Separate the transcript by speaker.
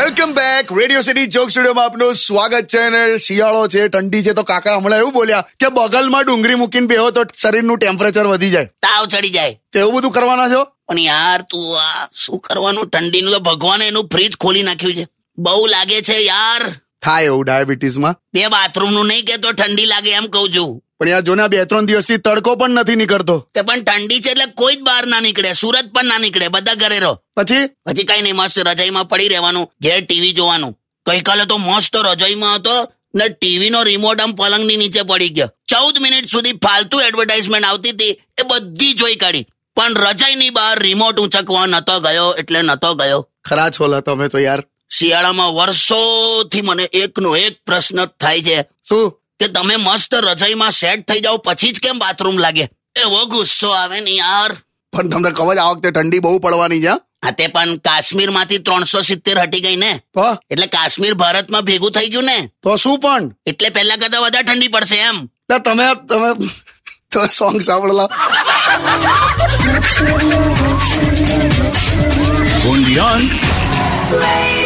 Speaker 1: Back Radio City joke સ્ટુડિયોમાં આપનું સ્વાગત છે અને શિયાળો છે ઠંડી છે તો કાકા હમણાં એવું બોલ્યા કે બગલમાં ડુંગળી મૂકીને બેહો તો શરીરનું ટેમ્પરેચર વધી જાય
Speaker 2: તાવ ચડી જાય
Speaker 1: તો એવું બધું કરવાના છો
Speaker 2: પણ યાર તું આ શું કરવાનું ઠંડીનું તો ભગવાને એનું ફ્રીજ ખોલી નાખ્યું છે બહુ લાગે છે યાર
Speaker 1: થાય એવું ડાયાબિટીસમાં
Speaker 2: બે બાથરૂમનું નહીં કે તો ઠંડી લાગે એમ કહું છું
Speaker 1: પણ યાર જોને આ બે ત્રણ દિવસથી તડકો પણ નથી નીકળતો
Speaker 2: તે પણ ઠંડી છે એટલે કોઈ જ બહાર ના નીકળે સુરત પણ ના નીકળે બધા ઘરે રહો
Speaker 1: પછી
Speaker 2: પછી કઈ નહીં મસ્ત રજાઈમાં પડી રહેવાનું ઘેર ટીવી જોવાનું ગઈકાલે તો મસ્ત રજાઈમાં હતો ને ટીવી નો રિમોટ આમ પલંગની નીચે પડી ગયો ચૌદ મિનિટ સુધી ફાલતુ એડવર્ટાઇઝમેન્ટ આવતી હતી એ બધી જોઈ કાઢી પણ રજાઈની બહાર રિમોટ ઉંચકવા નતો ગયો એટલે નતો ગયો
Speaker 1: ખરા છોલા તમે તો યાર
Speaker 2: શિયાળામાં વર્ષોથી મને એકનો એક પ્રશ્ન જ થાય છે
Speaker 1: શું
Speaker 2: કે તમે મસ્ત રજાઈમાં સેટ થઈ જાઓ પછી જ કેમ બાથરૂમ લાગે એવો ગુસ્સો આવે ને યાર
Speaker 1: પણ તમને ખબર છે આ વખતે ઠંડી બહુ પડવાની છે હા?
Speaker 2: હા તે પણ કાશ્મીરમાંથી ત્રણસો સિત્તેર હટી ગઈ ને
Speaker 1: તો-
Speaker 2: એટલે કાશ્મીર ભારતમાં ભેગું થઈ ગયું ને
Speaker 1: તો શું પણ
Speaker 2: એટલે પહેલા કરતા વધારે ઠંડી પડશે એમ
Speaker 1: એટલે તમે તમે તમે સોંગ સાંભળલા
Speaker 3: Undian.
Speaker 4: Radio